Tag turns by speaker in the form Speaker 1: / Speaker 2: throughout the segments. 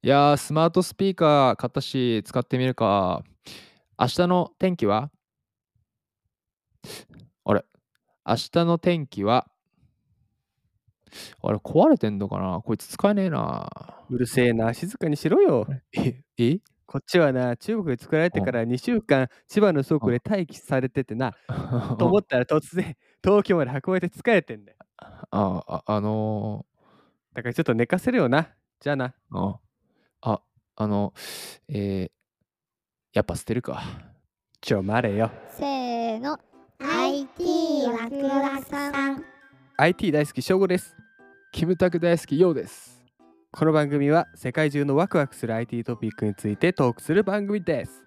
Speaker 1: いやー、スマートスピーカー買ったし、使ってみるか。明日の天気はあれ明日の天気はあれ壊れてんのかなこいつ使えねえな。
Speaker 2: うるせえな、静かにしろよ。
Speaker 1: え え
Speaker 2: こっちはな、中国で作られてから2週間、千葉の倉庫で待機されててな、と思ったら突然、東京まで運ばれて疲れてんだよ。
Speaker 1: ああ、あの
Speaker 2: だからちょっと寝かせるよな。じゃあな。
Speaker 1: ー、あ、ああの、えー、やっぱ捨てるか。
Speaker 2: ちょ、待れよ。
Speaker 3: せーの IT ワクワクさん
Speaker 2: IT 大好き、翔吾です。
Speaker 1: キムタク大好き、ようです。
Speaker 2: この番組は世界中のワクワクする IT トピックについてトークする番組です。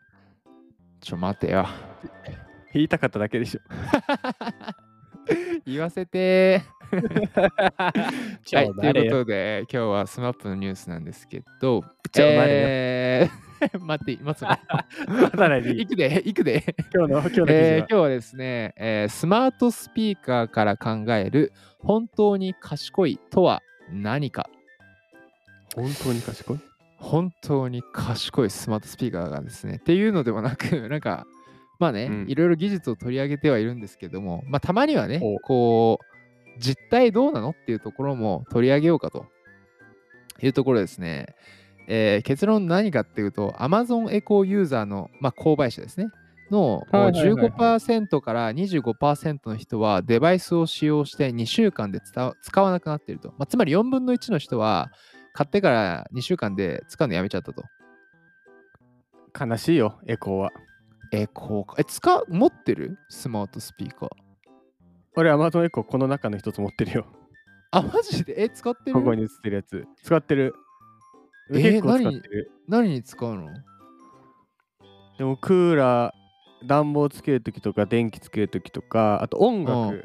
Speaker 1: ちょ、待てよ。
Speaker 2: 言いたかっただけ でしょ。
Speaker 1: 言わせてー。
Speaker 2: ち
Speaker 1: はい、
Speaker 2: ょ、
Speaker 1: と
Speaker 2: 待れ
Speaker 1: いうこ
Speaker 2: よ。
Speaker 1: とで、今日はスマップのニュースなんですけど、
Speaker 2: ちょ待れよ
Speaker 1: えー 待って、待つの。
Speaker 2: 待たないでいい
Speaker 1: 行くで、行くで。
Speaker 2: 今日の、今日の記事は。
Speaker 1: えー今日はですね、えースマートスピーカーから考える本当に賢いとは何か。
Speaker 2: 本当に賢い
Speaker 1: 本当に賢いスマートスピーカーがですね、っていうのではなく、 なんか、まあね、
Speaker 2: うん
Speaker 1: いろいろ技術を取り上げてはいるんですけども、まあたまにはね
Speaker 2: お、
Speaker 1: こう、実態どうなのっていうところも取り上げようかというところですね。えー結論何かっていうと、Amazon エコーユーザーの、まあ、購買者ですね、の
Speaker 2: はいはいはいはい
Speaker 1: 15%から25%の人はデバイスを使用して2週間でつた使わなくなっていると。まあ、つまり4分の1の人は買ってから2週間で使うのやめちゃったと。
Speaker 2: 悲しいよ、エコーは。
Speaker 1: え、こうか。え、使う、持ってるスマートスピーカー。
Speaker 2: 俺、アマゾンエコーこの中の一つ持ってるよ。
Speaker 1: あ、マジでえ、使ってる
Speaker 2: ここに映ってるやつ。使ってる。
Speaker 1: えー
Speaker 2: 結構使ってる。
Speaker 1: 何に使うの
Speaker 2: でもクーラー、暖房つけるときとか、電気つけるときとか、あと音
Speaker 1: うん
Speaker 2: 楽、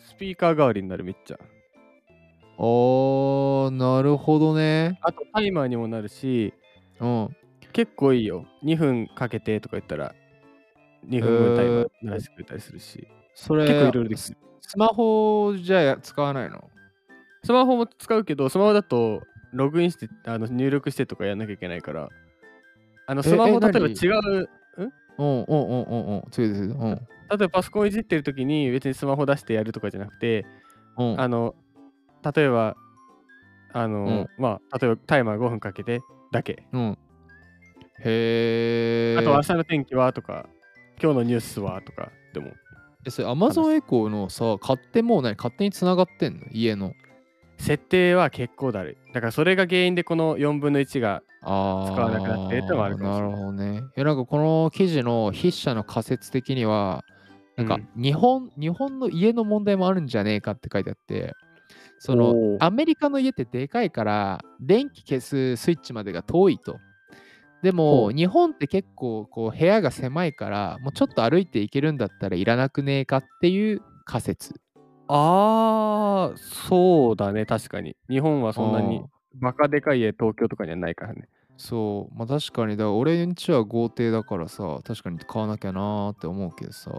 Speaker 2: スピーカー代わりになるめっちゃ。
Speaker 1: あー、なるほどね。
Speaker 2: あとタイマーにもなるし、
Speaker 1: うん。
Speaker 2: 結構いいよ。2分かけてとか言ったら、2分分タイマー鳴らしてくれたりするし。
Speaker 1: それ
Speaker 2: 結構いろいろでき
Speaker 1: ス
Speaker 2: る。
Speaker 1: スマホじゃ使わないの
Speaker 2: スマホも使うけど、スマホだとログインして、あの入力してとかやんなきゃいけないから、あのスマ
Speaker 1: え
Speaker 2: ホ、
Speaker 1: え
Speaker 2: 例えば
Speaker 1: 何
Speaker 2: 違う、
Speaker 1: うんうんうんうんうん。そうです。うん。
Speaker 2: 例えばパソコンいじってるときに別にスマホ出してやるとかじゃなくて、
Speaker 1: うん、
Speaker 2: あの、例えば、あの、まあ、例えばタイマー5分かけてだけ。
Speaker 1: うん。へえ。
Speaker 2: あと、明日の天気はとか、今日のニュースはとか、でも、
Speaker 1: え、それ Amazon エコーのさ、買ってもう何勝手に繋がってんの家の。
Speaker 2: 設定は結構だるい。だから、それが原因でこの4分の1が、
Speaker 1: ああ。
Speaker 2: 使わなくなってるってのもあるかもしれない
Speaker 1: るほどね。いや、なんかこの記事の筆者の仮説的には、なんか
Speaker 2: うん
Speaker 1: 日本、日本の家の問題もあるんじゃねえかって書いてあって、その
Speaker 2: おー
Speaker 1: アメリカの家ってでかいから電気消すスイッチまでが遠いと。で
Speaker 2: ほ
Speaker 1: も
Speaker 2: う
Speaker 1: 日本って結構こう部屋が狭いからもうちょっと歩いていけるんだったらいらなくねえかっていう仮説。
Speaker 2: あー、そうだね、確かに。日本はそんなに
Speaker 1: うん、
Speaker 2: バカでかい家、東京とかにはないからね。
Speaker 1: そう。まあ確かにだから俺んちは豪邸だからさ確かに買わなきゃなーって思うけどさ。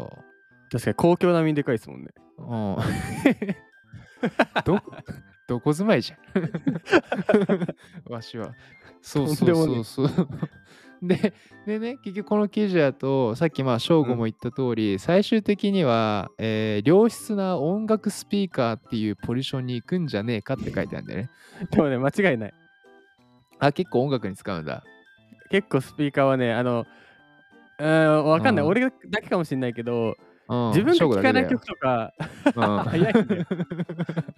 Speaker 2: 確かに、公共並みにでかいですもんね。
Speaker 1: うん どどこ住まいじゃん わしはそうそうそうそう ででね結局この記事だとさっきまあ翔吾も言った通り、最終的には、えー良質な音楽スピーカーっていうポジションに行くんじゃねえかって書いてあるんだよね
Speaker 2: でもね、間違いない。
Speaker 1: あ結構音楽に使うんだ
Speaker 2: 結構スピーカーはね、あの、うーん、わかんない、
Speaker 1: うん
Speaker 2: 俺だけかもしれないけど、
Speaker 1: うん
Speaker 2: 自分が
Speaker 1: 翔吾
Speaker 2: 聴
Speaker 1: だ
Speaker 2: か
Speaker 1: けだ
Speaker 2: ない
Speaker 1: よ
Speaker 2: 曲とか、
Speaker 1: うん
Speaker 2: 早いんだよ。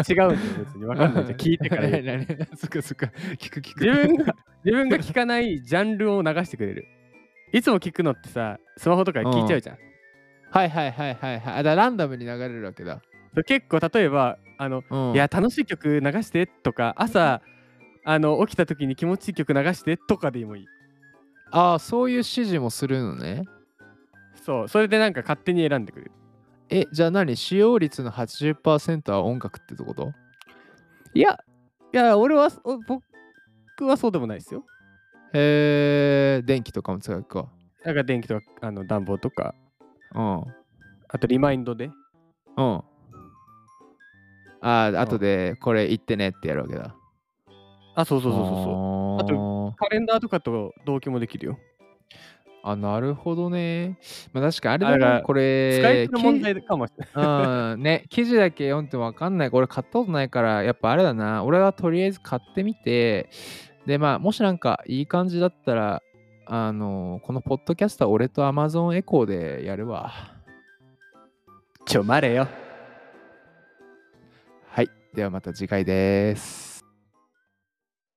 Speaker 2: 違うんだよ、別に。 わ かんないじゃん。聞い てから言う
Speaker 1: 何々そっかそっか聞く聞く
Speaker 2: 自分が、自分が聞かないジャンルを流してくれる。いつも聞くのってさ、スマホとかで聞いちゃうじゃん。
Speaker 1: はいはいはいはいはいあだからランダムに流れるわけだ、
Speaker 2: 結構、例えば、あの、
Speaker 1: うん、
Speaker 2: いや、楽しい曲流してとか、朝、あの、起きた時に気持ちいい曲流してとかでもいい。
Speaker 1: ああそういう指示もするのね
Speaker 2: そう、それでなんか勝手に選んでくれる。
Speaker 1: えじゃあ何使用率の80%は音楽ってこと
Speaker 2: いや、いや、俺は、お僕はそうでもないですよ。
Speaker 1: へえ電気とかも使うか
Speaker 2: なんか電気とか、あの、暖房とか、
Speaker 1: うん
Speaker 2: あとリマインドで。
Speaker 1: うんああ後でこれ言ってねってやるわけだ
Speaker 2: あ、そうそうそうそうそう。あと
Speaker 1: あ
Speaker 2: カレンダーとかと同居もできるよ。
Speaker 1: あ、なるほどね。まあ、確かあれだ
Speaker 2: あ
Speaker 1: な、
Speaker 2: ら
Speaker 1: こ
Speaker 2: 使い
Speaker 1: れ
Speaker 2: 手、の問題かもしれない。
Speaker 1: うん、ね、記事だけ読んでもわかんない。これ買ったことないから、やっぱあれだな。俺はとりあえず買ってみて、で、まあ、もしなんかいい感じだったら、あの、このポッドキャスター、俺と Amazon エコーでやるわ。
Speaker 2: ちょ、まれよ。
Speaker 1: はい。ではまた次回です。